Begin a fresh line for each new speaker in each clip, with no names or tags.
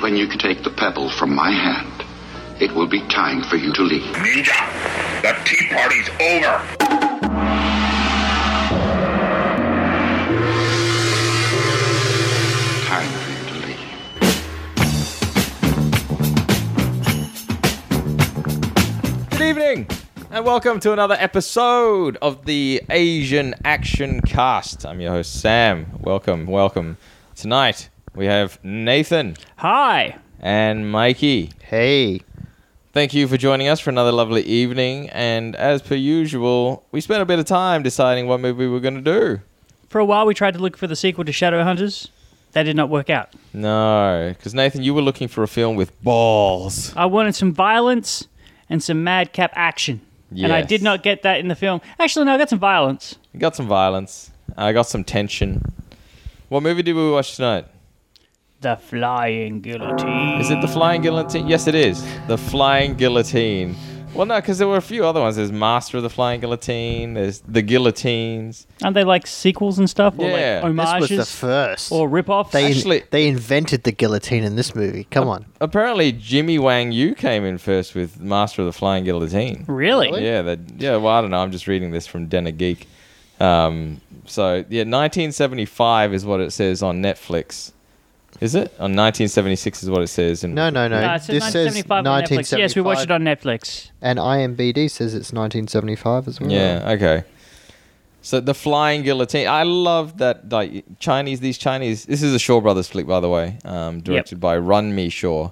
When you can take the pebble from my hand, it will be time for you to leave.
Ninja, the tea party's over.
Time for you to leave.
Good evening, and welcome to another episode of the Asian Action Cast. I'm your host, Sam. Welcome, welcome. Tonight, we have Nathan
Hi.
and Mikey.
Hey.
Thank you for joining us for another lovely evening. And as per usual, we spent a bit of time deciding what movie we were going to do.
For a while, we tried to look for the sequel to Shadowhunters. That did not work out.
No, because Nathan, you were looking for a film with balls.
I wanted some violence and some madcap action. And I
Yes.
did not get that in the film. Actually, no, I got some violence.
I got some violence. I got some tension. What movie did we watch tonight?
The Flying Guillotine.
Is it the Flying Guillotine? Yes, it is. The Flying Guillotine. Well, no, because there were a few other ones. There's Master of the Flying Guillotine. There's The Guillotines.
Aren't they like sequels and stuff? Or
Yeah. This
like
This was
homages?
the first.
or rip-offs?
they,
Actually-
they invented the guillotine in this movie. Come on.
Apparently, Jimmy Wang Yu came in first with Master of the Flying Guillotine.
really?
Yeah, that. Yeah. Well, I don't know. I'm just reading this from Den of Geek. Um, so yeah, 1975 is what it says on Netflix. Is it? On 1976 is what it says. And
No, no, no.
No, it says
this says
1975 on Netflix. Yes, we watched it on Netflix.
And IMBD says it's 1975 as well.
Yeah. Okay. So the flying guillotine. I love that. Like Chinese, these Chinese. This is a Shaw Brothers flick, by the way. Um, directed by Run Me Shaw.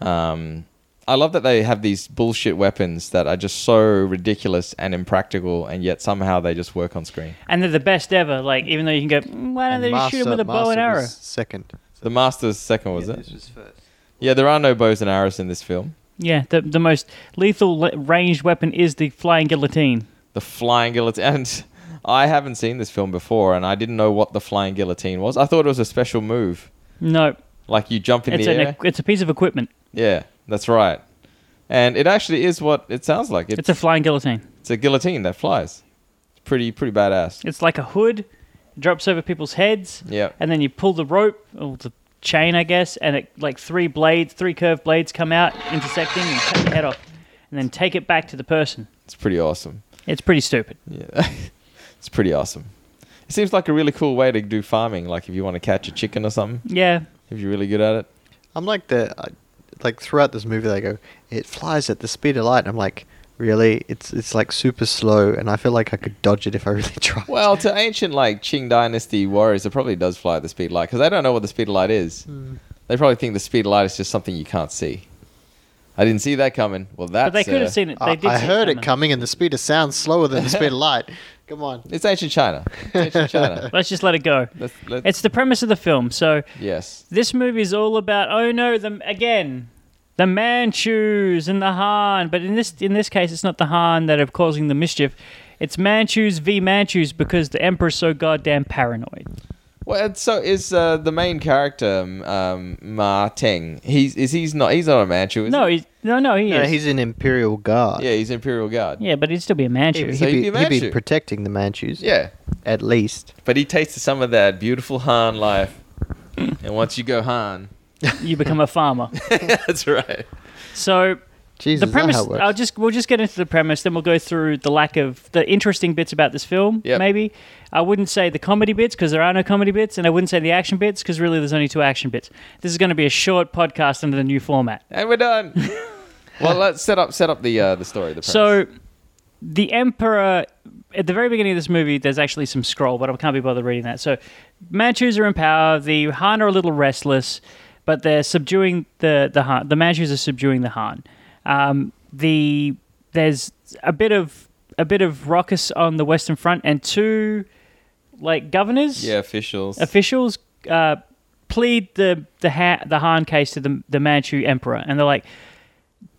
Um, I love that they have these bullshit weapons that are just so ridiculous and impractical, and yet somehow they just work on screen.
And they're the best ever. Like, even though you can go, "Mm, why don't
And
they just shoot him with a bow and
Master
arrow?
was Second.
The Master's second was it? Yeah, there are no bows and arrows in this film.
Yeah, the, the most lethal le- ranged weapon is the Flying Guillotine.
The flying guillotine. And I haven't seen this film before, and I didn't know what the flying guillotine was. I thought it was a special move,
No,
like you jump in
it's,
the
an,
air.
equ- it's a piece of equipment.
Yeah, that's right. And it actually is what it sounds like. It's,
It's a flying guillotine.
it's a guillotine that flies. It's pretty pretty badass.
It's like a hood, drops over people's heads.
Yep.
And then you pull the rope or the chain, I guess, and it like three blades, three curved blades come out, intersecting and cut the head off, and then take it back to the person.
It's pretty awesome.
It's pretty stupid.
Yeah, it's pretty awesome. It seems like a really cool way to do farming. Like if you want to catch a chicken or something,
Yeah.
if you're really good at it.
I'm like the, I- like throughout this movie they go, it flies at the speed of light. And I'm like, really? It's it's like super slow, and I feel like I could dodge it if I really tried.
Well, to ancient like Qing Dynasty warriors, it probably does fly at the speed of light because they don't know what the speed of light is.
Hmm.
They probably think the speed of light is just something you can't see. I didn't see that coming. Well, that's
But they could
uh,
have seen it. They
I,
did
I
see
heard it
coming.
coming, and the speed of sound slower than the speed of light. Come on.
It's ancient China. It's ancient China.
Let's just let it go.
Let's, let's,
It's the premise of the film. So
yes.
this movie is all about oh no, the again, the Manchus and the Han. But in this in this case, it's not the Han that are causing the mischief. It's Manchus v Manchus because the Emperor's so goddamn paranoid.
Well, and so is uh, the main character um, um, Ma Teng. He's is he's not he's not a Manchu. Is
No,
he?
he's, no, no, he
No,
is.
Uh, he's an imperial guard.
yeah, he's Imperial Guard.
yeah, but he'd still be a Manchu.
He'd,
So he'd
be,
be a
he'd be
Manchu.
protecting the Manchus.
Yeah,
At least.
but he tasted some of that beautiful Han life, and once you go Han,
you become a farmer.
that's right.
So
Jesus,
the premise.
That how it works.
I'll just we'll just get into the premise, then we'll go through the lack of the interesting bits about this film.
Yep.
Maybe I wouldn't say the comedy bits because there are no comedy bits, and I wouldn't say the action bits because really there's only two action bits. This is going to be a short podcast under the new format.
And we're done. well, let's set up set up the uh, the story. The premise.
So the Emperor at the very beginning of this movie, there's actually some scroll, but I can't be bothered reading that. So Manchus are in power. The Han are a little restless, but they're subduing the the Han. The Manchus are subduing the Han. Um, the there's a bit of a bit of ruckus on the Western Front, and two like governors
yeah, officials.
officials uh, plead the the, ha- the Han case to the the Manchu emperor, and they're like,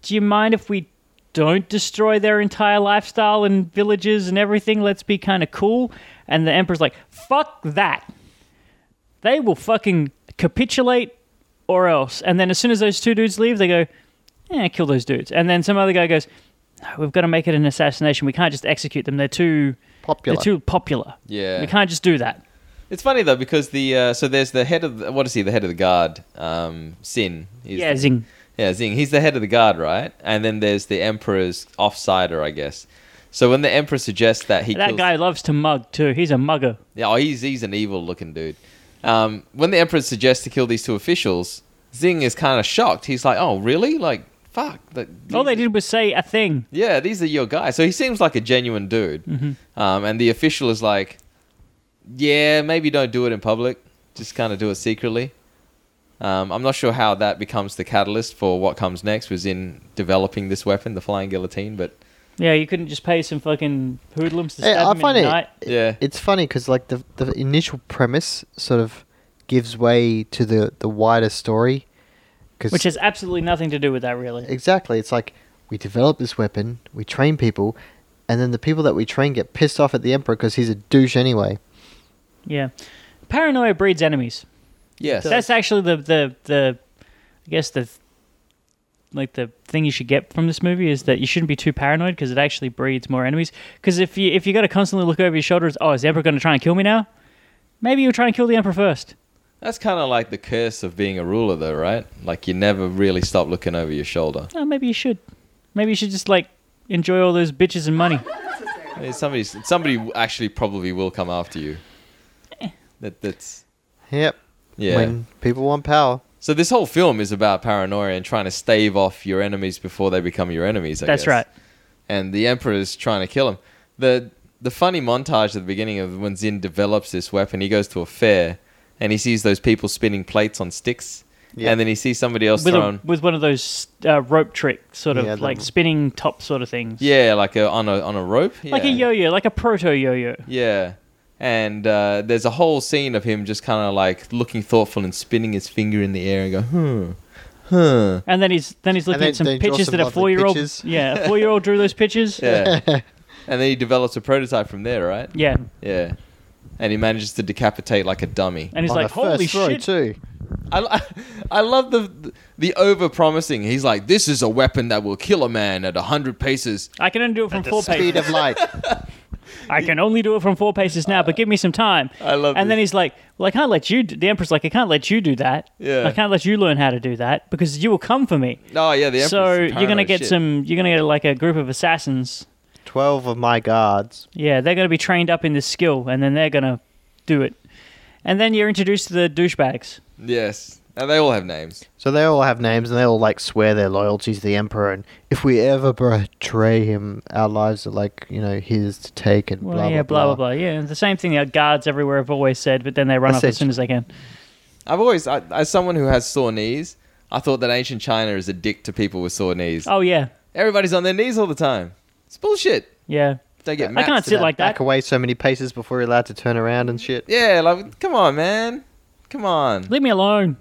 "Do you mind if we don't destroy their entire lifestyle and villages and everything? Let's be kind of cool." And the emperor's like, "Fuck that! They will fucking capitulate, or else." And then as soon as those two dudes leave, they go, "Yeah, kill those dudes." And then some other guy goes. "No, We've got to make it an assassination. We can't just execute them. They're too
Popular.
They're too popular.
Yeah.
we can't just do that.
It's funny though because the uh, so there's the head of the, what is he the head of the guard um, Sin he's
yeah,
the-
zing.
yeah Zing he's the head of the guard right and then there's the emperor's offsider I guess so when the emperor suggests that he
That
kills,
guy loves to mug too. He's a mugger.
yeah oh, he's he's an evil looking dude um, when the emperor suggests to kill these two officials Zing is kind of shocked he's like oh really like fuck that-
All they
these-
did was say a thing.
yeah, these are your guys. So he seems like a genuine dude. Um, and the official is like, yeah, maybe don't do it in public. Just kind of do it secretly. Um, I'm not sure how that becomes the catalyst for what comes next was in developing this weapon, the flying guillotine. But
Yeah, you couldn't just pay some fucking hoodlums to
Hey,
stab
I
him
find
in
it
the night.
yeah,
It's funny because like the the initial premise sort of gives way to the the wider story. 'cause-
Which has absolutely nothing to do with that, really.
Exactly. It's like we develop this weapon, we train people, and then the people that we train get pissed off at the emperor because he's a douche anyway.
Yeah, paranoia breeds enemies.
yes.
That's actually the the the, I guess the, like the thing you should get from this movie is that you shouldn't be too paranoid because it actually breeds more enemies. Because if you if you got to constantly look over your shoulders, oh, is the emperor going to try and kill me now? Maybe you'll try and kill the emperor first.
That's kind of like the curse of being a ruler, though, right? Like you never really stop looking over your shoulder.
Oh, maybe you should. Maybe you should just like enjoy all those bitches and money.
I mean, somebody, somebody actually probably will come after you. That, that's
Yep.
yeah.
When people want power.
So this whole film is about paranoia and trying to stave off your enemies before they become your enemies. I
That's
guess.
right.
And the emperor is trying to kill him. the The funny montage at the beginning of when Zin develops this weapon, he goes to a fair and he sees those people spinning plates on sticks,
Yeah.
and then he sees somebody else
With, a,
thrown.
with one of those uh, rope trick sort of
Yeah, the-
like spinning top sort of things.
yeah, like a, on a on a rope,
Like a
Yeah.
yo-yo, like a proto yo-yo.
Yeah. And uh, there's a whole scene of him just kind of like looking thoughtful and spinning his finger in the air and go, hmm, huh.
And then he's then he's looking
then
at some
they draw
pictures
some
that a
lovely
four year old
pictures.
yeah a four year old drew those pictures
Yeah. and then he develops a prototype from there, right?
yeah
Yeah. And he manages to decapitate like a dummy.
and he's
on
like
a
holy
first throw
shit
too.
I, I love the the over promising. He's like, this is a weapon that will kill a man at 100 paces.
I can only do it from four
Speed
paces
of light.
I can only do it from four paces now but give me some time
I love
and then
this.
he's like well I can't let you do, the emperor's like I can't let you do that
Yeah.
I can't let you learn how to do that because you will come for me
Oh, yeah, the
so
Emperor's
you're gonna
paranoid
get
shit.
some you're gonna get like a group of assassins
Twelve of my guards.
yeah they're gonna be trained up in this skill and then they're gonna do it and then you're introduced to the douchebags
Yes. And they all have names.
So they all have names and they all like swear their loyalty to the emperor and if we ever betray him, our lives are like, you know, his to take and
Well,
blah,
yeah,
blah, blah blah.
Yeah, it's the same thing that guards everywhere have always said, but then they run off as
Essentially.
soon as they can.
I've always, I, as someone who has sore knees, I thought that ancient China is a dick to people with sore knees.
Oh yeah,
Everybody's on their knees all the time. It's bullshit.
yeah.
They get
I
mats
can't
to
sit
that.
like
Back
that.
away so many paces before you're allowed to turn around and shit.
Yeah, like, come on, man. Come on.
Leave me alone.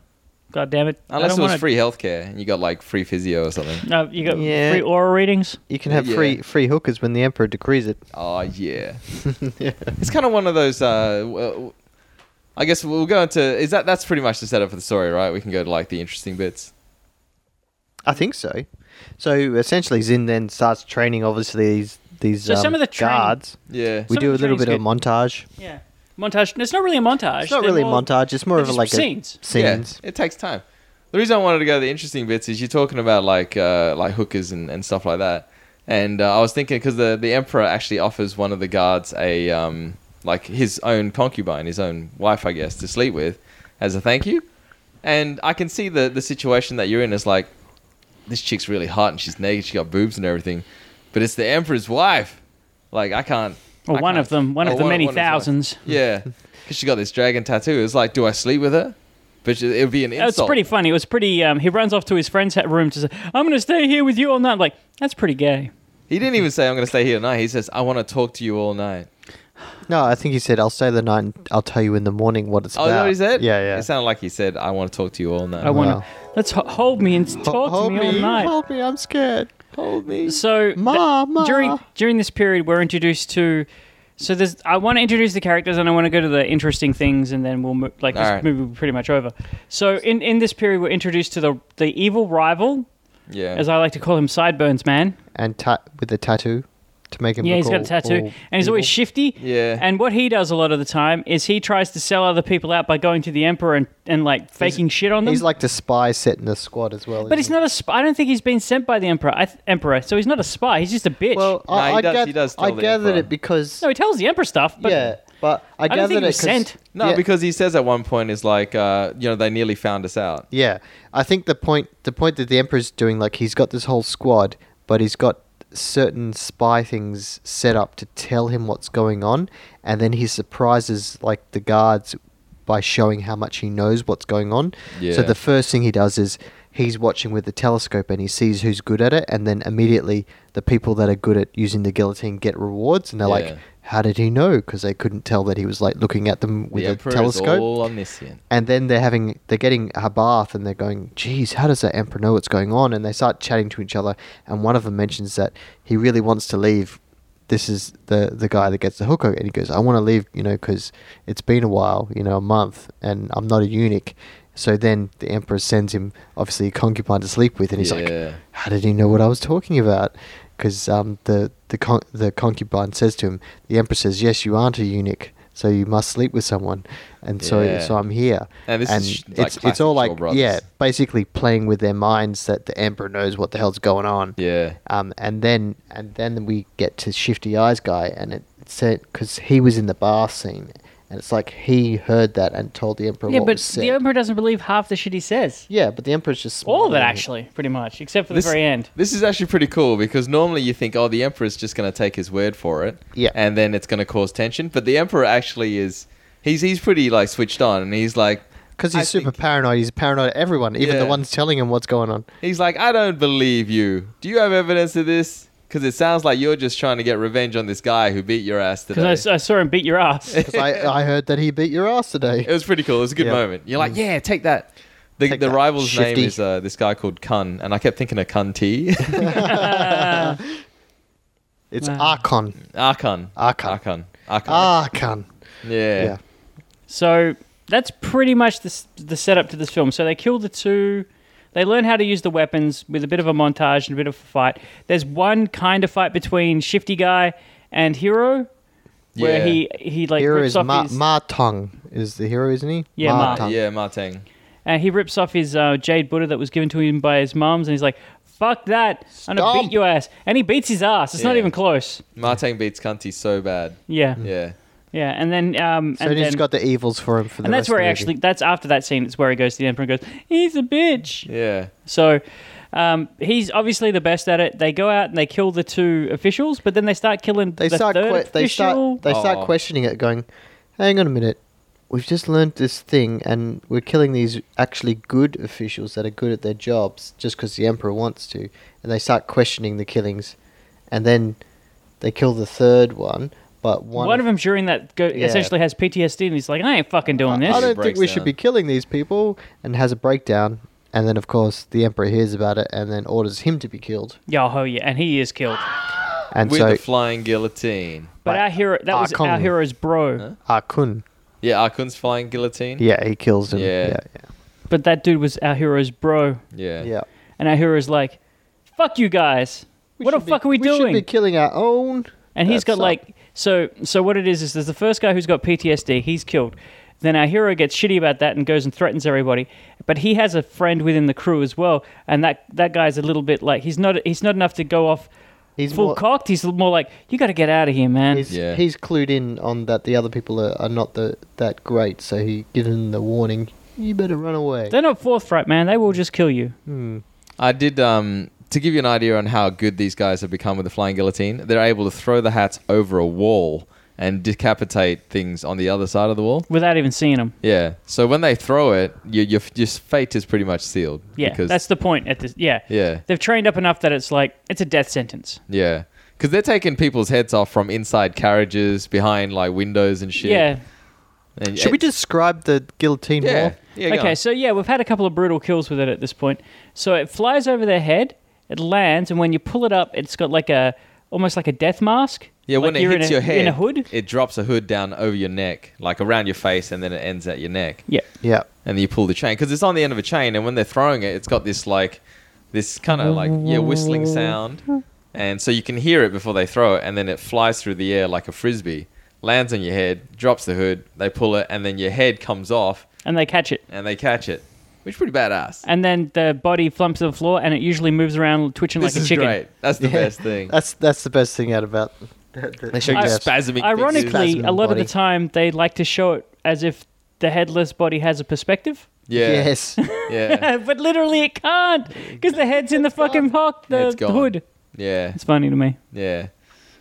God damn it. I
Unless
don't
it was
wanna-
free healthcare and you got like free physio or something.
No, you got
Yeah.
free oral readings.
You can have
Yeah.
free free hookers when the emperor decrees it.
Oh yeah. It's kind of one of those. Uh, w- w- I guess we'll go into is that that's pretty much the setup for the story, right? We can go to like the interesting bits.
I think so. So essentially, Zin then starts training. Obviously, these these
So some
um,
of the training-
guards.
Yeah.
We
some
do a
of the
little bit of a
training's
montage.
Yeah. Montage. It's not really a montage.
It's not
They're
really a
more-
montage. It's more
they're
of a,
just
like
scenes.
a scenes.
Yeah, it takes time. The reason I wanted to go to the interesting bits is you're talking about like uh, like hookers and, and stuff like that, and uh, I was thinking because the the emperor actually offers one of the guards a um, like his own concubine, his own wife, I guess, to sleep with as a thank you, and I can see the the situation that you're in is like this chick's really hot and she's naked, she got boobs and everything, but it's the emperor's wife, like I can't.
Or
I
one
can't-
of them. One
or
of the many
his wife.
thousands.
Yeah, because she got this dragon tattoo. It's like, do I sleep with her? But it would be an
It's
insult.
pretty funny. It was pretty. Um, he runs off to his friend's ha- room to say, "I'm going to stay here with you all night." I'm like that's pretty gay.
He didn't even say I'm going to stay here tonight. He says I want to talk to you all night.
No, I think he said, "I'll stay the night. and I'll tell you in the morning what it's
Oh,
about."
is that what he said?
Yeah, yeah.
It sounded like he said I want to talk to you all night.
I want
Wow.
to. Let's ho- hold me and
Ho-
talk to
hold
me, all night.
Hold me. I'm scared. Hold me.
So th-
Mama.
during during this period, we're introduced to. So there's. I want to introduce the characters, and I want to go to the interesting things, and then we'll mo- like this
All right.
movie will be pretty much over. So in in this period, we're introduced to the the evil rival,
yeah.
as I like to call him, Sideburns Man.
And ta- with the tattoo. to make him.
Yeah,
look
he's got a
all-
tattoo,
all
and he's always
evil.
shifty.
Yeah.
And what he does a lot of the time is he tries to sell other people out by going to the emperor and, and like faking shit on them.
He's like the spy set in the squad as well.
but
isn't
he's
he?
not a spy. I don't think he's been sent by the emperor. I th- emperor, so he's not a spy. He's just a bitch.
Well, I,
No, he
I,
does-
gath-
he does tell
I
the
gathered
Emperor.
it because
no, he tells the emperor stuff. But
yeah, but I,
don't
gathered
think he
it
was
'cause-
sent.
No,
yeah,
because he says at one point is like, uh, you know, they nearly found us out.
yeah, I think the point the point that the emperor's doing like he's got this whole squad, but he's got certain spy things set up to tell him what's going on, and then he surprises like the guards by showing how much he knows what's going on.
Yeah.
So the first thing he does is he's watching with the telescope and he sees who's good at it and then immediately the people that are good at using the guillotine get rewards and they're
Yeah.
like how did he know because they couldn't tell that he was like looking at them with
the
a
emperor
telescope
is all omniscient.
and then they're having they're getting a bath and they're going geez how does that emperor know what's going on and they start chatting to each other and one of them mentions that he really wants to leave this is the the guy that gets the hookah and he goes i want to leave you know because it's been a while you know a month and i'm not a eunuch so then the emperor sends him obviously a concubine to sleep with and he's
Yeah.
like how did he know what i was talking about because um, the the con- the concubine says to him the emperor says yes you aren't a eunuch so you must sleep with someone and so
Yeah.
so i'm here
And this is sh- like
it's it's all
classic
like
Shaw Brothers.
yeah, basically playing with their minds that the emperor knows what the hell's going on.
Yeah.
Um, and then and then we get to Shifty Eyes guy, and it said because he was in the bar scene, and it's like he heard that and told the emperor
yeah,
what
but
was said.
the emperor doesn't believe half the shit he says.
yeah, but the emperor's just
All of it,
smiling.
actually, pretty much, except for the
This-
very end.
This is actually pretty cool because normally you think, oh, the emperor's just going to take his word for it,
Yeah.
and then it's going to cause tension. But the emperor actually is, he's he's pretty like switched on, and he's like,
Because
I
he's super
think-
paranoid, he's paranoid at everyone, even the
Yeah.
ones telling him what's going on.
he's like, I don't believe you. Do you have evidence of this? Because it sounds like you're just trying to get revenge on this guy who beat your ass today.
Because I, I saw him beat your ass.
Because I, I heard that he beat your ass today.
It was pretty cool. It was a good
Yeah. Mm.
moment. You're like, yeah, take that. The,
Take
the
that,
rival's
shifty.
name is uh, this guy called Kun, and I kept thinking of Kun T.
It's
Wow.
Archon.
Arkun.
Arkun.
Arkun. Arkun.
Archon.
yeah.
Ah. Yeah.
So that's pretty much the, s- the setup to this film. So they kill the two. They learn how to use the weapons with a bit of a montage and a bit of a fight. There's one kind of fight between Shifty Guy and Hero, where
Yeah.
he he like
Hero
rips
is
off
Ma,
his
Ma Tong is the hero, isn't he?
Yeah, Ma.
Tong.
Yeah, Martang.
and he rips off his uh, jade Buddha that was given to him by his mums, and he's like, "Fuck that! I'm gonna
Stomp.
beat your ass!" And he beats his ass. It's not
Yeah.
even close.
Martang beats Kunti so bad.
Yeah, yeah,
Yeah.
And then um,
So
and
he's
then-
got the evils for him for the
and that's
rest of
where he
the
actually
movie.
that's after that scene. It's where he goes to the emperor and goes, "He's a bitch."
Yeah.
So um, he's obviously the best at it. They go out and they kill the two officials, but then they start killing
they
the
start
third
que- they
official.
start they
Aw.
start questioning it, going, "Hang on a minute, we've just learned this thing, and we're killing these actually good officials that are good at their jobs just because the emperor wants to." And they start questioning the killings, and then they kill the third one, but one,
one, of them during that go-
Yeah.
essentially has PTSD, and he's like, "I ain't fucking doing
I
this."
don't think we
Breaks
should be
down.
killing these people, and has a breakdown. And then, of course, the emperor hears about it and then orders him to be killed.
Yo ho yeah, and he is killed.
And
With the
so,
flying guillotine.
But
Right.
our hero that
Ah,
was our
Kong.
hero's bro.
Arkun,
Yeah, Arkun's flying guillotine.
Ah yeah, he kills him.
Yeah.
Yeah,
But that dude was our hero's bro,
Yeah.
yeah. yeah.
and our hero's like, "Fuck you guys! what the
should be-
fuck are we, doing?"
We should be killing our own.
And he's
That's
got
up.
like so so what it is is there's the first guy who's got PTSD, he's killed. Then our hero gets shitty about that and goes and threatens everybody. But he has a friend within the crew as well, and that that guy's a little bit like he's not he's not enough to go off
He's
full
more-
cocked. He's more like you got to get out of here, man.
He's,
Yeah.
he's clued in on that the other people are, are not the that great, so he gives him the warning. You better run away.
They're not forthright, man. They will just kill you.
I did um to give you an idea on how good these guys have become with the flying guillotine, they're able to throw the hats over a wall and decapitate things on the other side of the wall.
Without even seeing them,
Yeah. So when they throw it, your your, your fate is pretty much sealed.
yeah,
Because,
that's the point. At this, yeah,
Yeah.
they've trained up enough that it's like it's a death sentence.
yeah. Because they're taking people's heads off from inside carriages, behind like windows and shit.
Yeah,
And-
Should we describe the guillotine
Yeah.
more?
yeah go
okay,
on.
so yeah, we've had a couple of brutal kills with it at this point. So it flies over their head, it lands, and when you pull it up, it's got like a almost like a death mask.
Yeah, when
Like
it
you're in
hits
a-
your head,
in a hood.
it drops a hood down over your neck, like around your face, and then it ends at your neck.
Yeah,
Yeah.
And then you pull the chain because it's on the end of a chain, and when they're throwing it, it's got this like, this kind of like yeah whistling sound, And so you can hear it before they throw it, and then it flies through the air like a frisbee, lands on your head, drops the hood, they pull it, and then your head comes off
and they catch it.
and they catch it, which is pretty badass.
And then the body flumps to the floor, and it usually moves around, twitching
this
like a
is
chicken.
great. That's the best thing.
That's that's the best thing out about.
They show you
I-
spasming. fingers.
Ironically,
Spasming
a lot
body.
of the time they like to show it as if the headless body has a perspective,
yeah,
Yes.
yeah.
but literally it can't because the head's in the fucking pocket, the,
It's
the
gone.
hood.
Yeah,
It's funny to me.
yeah.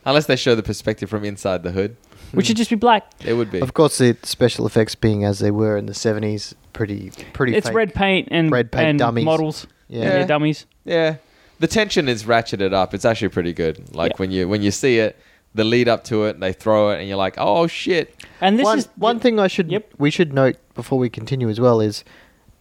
Unless they show the perspective from inside the hood,
Which should just be black.
it would be.
Of course, the special effects being as they were in the seventies, pretty pretty.
It's
fake.
red paint and
Red paint
and
dummies.
models.
Yeah.
Yeah. dummies.
Yeah, the tension is ratcheted up. It's actually pretty good. Like when you when you see it, the lead up to it, they throw it, and you're like, oh shit.
And this
one,
is
one thing I should
Yep.
we should note before we continue as well is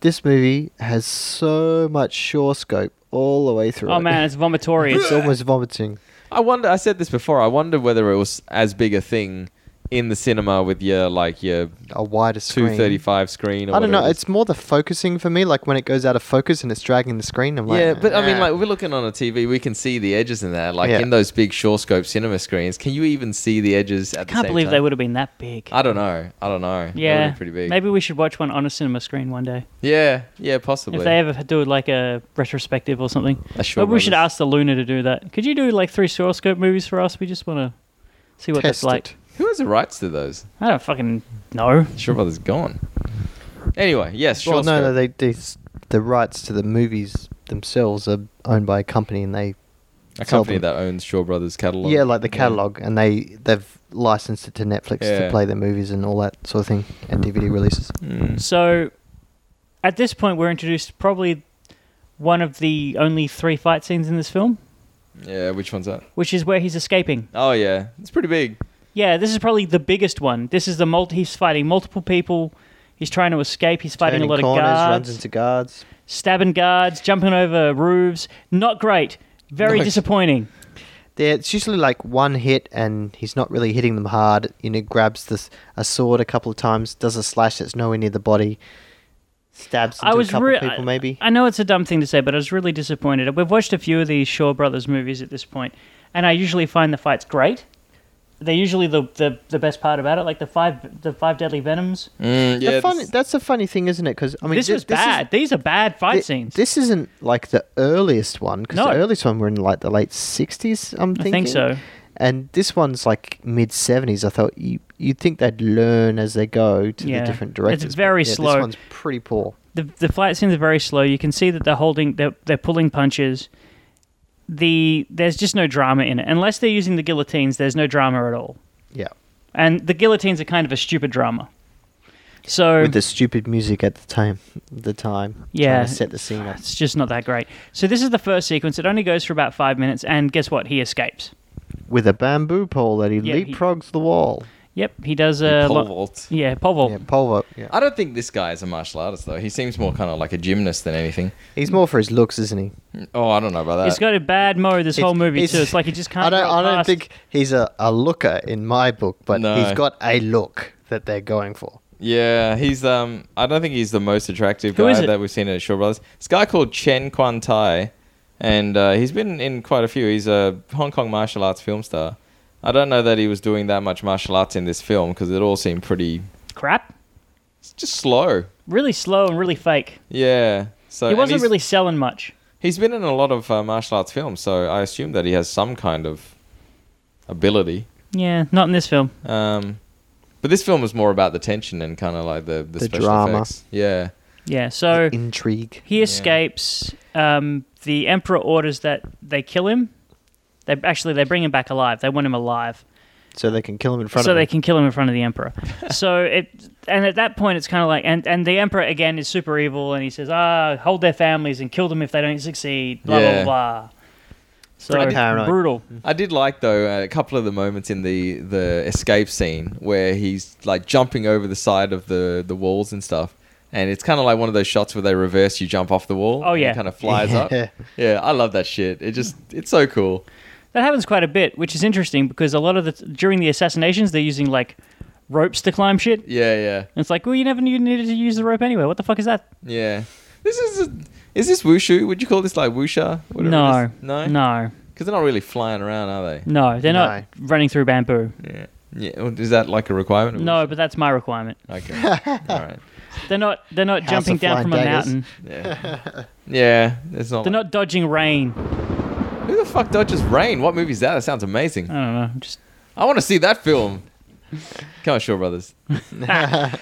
this movie has so much shore scope all the way through.
Oh
it.
man, it's vomitory.
it's almost vomiting.
I wonder. I said this before. I wonder whether it was as big a thing in the cinema with your like your
A wider screen.
two thirty five screen. Or
I don't
whatever
know.
it is.
It's more the focusing for me. Like when it goes out of focus and it's dragging the screen. I'm like,
yeah, but I mean,
"Nah."
like we're looking on a TV, we can see the edges in there. Like
Yeah.
in those big shore scope cinema screens, can you even see the edges? At the
Can't
same
believe
time?
they would have been that big.
I don't know. I don't know. They would've
yeah,
been pretty big.
Maybe we should watch one on a cinema screen one day
Yeah, yeah, possibly.
if they ever do like a retrospective or something.
A Shaw
Maybe we should
Brothers.
ask the Luna to do that. Could you do like three Scope movies for us? We just want to see what
Test
that's like.
it.
Who has the rights to those?
I don't fucking know.
Shore Brothers gone. Anyway, yes, shore
Well, no, no,
scope.
they, they the rights to the movies themselves are owned by a company, and they
a company
seldom-
that owns Shaw Brothers catalog.
yeah, like the catalog, and they they've licensed it to Netflix
Yeah.
to play their movies and all that sort of thing, and DVD releases.
So, at this point, we're introduced to probably one of the only three fight scenes in this film,
Yeah, which one's that?
which is where he's escaping.
Oh yeah, it's pretty big.
Yeah, this is probably the biggest one. This is the multi. He's fighting multiple people. He's trying to escape. He's fighting
Turning
a lot
corners,
of guards,
runs into guards.
stabbing guards, jumping over roofs. Not great. Very
Nice.
disappointing.
There, it's usually like one hit, and he's not really hitting them hard. You know, grabs this a sword a couple of times, does a slash that's nowhere near the body, stabs into
I was
a couple
re-
of people,
I-
maybe.
I, know it's a dumb thing to say, but I was really disappointed. We've watched a few of these Shaw Brothers movies at this point, and I usually find the fights great. They're usually the, the, the best part about it, like the five the five deadly venoms.
Mm,
The
yeah,
fun-
this-
that's the funny thing, isn't it? Because I mean,
this
thi-
was bad.
is-
these are bad fight
thi-
scenes.
This isn't like the earliest one because
No.
the earliest one were in like the late sixties. I'm
I
thinking.
think so.
And this one's like mid seventies. I thought you you'd think they'd learn as they go to
Yeah.
the different
It's
directors. but
very
yeah,
slow.
This one's pretty poor.
The the fight scenes are very slow. You can see that they're holding they're, they're pulling punches. The there's just no drama in it. Unless they're using the guillotines, there's no drama at all.
Yeah,
And the guillotines are kind of a stupid drama. So
with the stupid music at the time. The time.
Yeah.
trying to set the scene up.
It's just not that great. So this is the first sequence. It only goes for about five minutes, and guess what? He escapes.
with a bamboo pole that he
Yeah, he-
leapfrogs the wall.
Yep, he does a
pole
lo-
vault.
Yeah, pole vault.
Yeah, pole vault. Yeah.
I don't think this guy is a martial artist though. He seems more kind of like a gymnast than anything.
He's more for his looks, isn't he?
Oh, I don't know about that.
He's got a bad mode this whole
It's-
movie
it's-
too. It's like he just can't.
I don't.
get
I don't
past.
think he's a, a looker in my book, but
No.
he's got a look that they're going for.
Yeah, he's um. I don't think he's the most attractive
Who is
guy
it?
that we've seen at Shaw Brothers. This guy called Chen Quan Tai, and uh, he's been in quite a few. He's a Hong Kong martial arts film star. I don't know that he was doing that much martial arts in this film because it all seemed pretty
crap.
it's just slow.
Really slow and really fake.
Yeah. So
He
and
wasn't
he's-
really selling much.
He's been in a lot of uh, martial arts films, so I assume that he has some kind of ability.
Yeah, not in this film.
Um, but this film was more about the tension and kind of like the the,
The
special
drama.
effects. Yeah.
Yeah, so
Intrigue.
he escapes. Um, the emperor orders that they kill him. They actually they bring him back alive. They want him alive.
So they can kill him in front
so
of
they
him.
can kill him in front of the emperor. so it, and at that point, it's kind of like, and and the emperor again is super evil, and he says, ah, hold their families and kill them if they don't succeed. Blah
Yeah. Mm.
blah blah. So
Pretty paranoid.
brutal.
I did like though uh, a couple of the moments in the the escape scene where he's like jumping over the side of the the walls and stuff, and it's kind of like one of those shots where they reverse you jump off the wall.
Oh, yeah.
kind of flies
Yeah.
up. Yeah, I love that shit. It just it's so cool.
That happens quite a bit, which is interesting because a lot of the during the assassinations, they're using like ropes to climb shit. And
Yeah, yeah,
it's like, well, you never knew you needed to use the rope anyway. What the fuck is that?
yeah. This is a, is this wushu? Would you call this like wusha? Whatever it
No,
is? no,
no.
Because they're not really flying around, are they?
No, they're not running through bamboo.
Yeah. Yeah. well, Is that like a requirement?
No, but that's my requirement.
Okay. All right.
They're not. They're not
House
jumping
of
down
Flying
from a
Daggers.
mountain.
Yeah. Yeah. It's not.
They're
like-
not dodging rain.
Who the fuck dodges rain? What movie is that? That sounds amazing.
I don't know. I'm Just
I want to see that film. Come on, Shaw Brothers.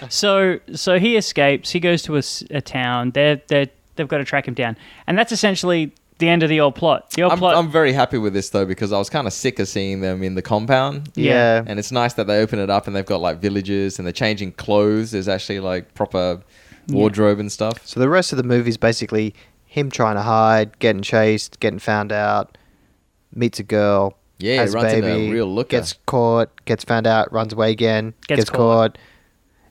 so. So he escapes. He goes to a, s- a town. They're they they've got to track him down, and that's essentially the end of the old plot. The old
I'm,
plot.
I'm very happy with this though because I was kind of sick of seeing them in the compound.
Yeah.
Yeah.
And it's nice that they open it up and they've got like villages and they're changing clothes. There's actually like proper wardrobe and stuff.
So the rest of the movie's basically him trying to hide, getting chased, getting found out, meets a girl,
Yeah,
has a
runs into a
baby,
real looker.
gets caught, gets found out, runs away again,
Gets
gets,
caught.
caught.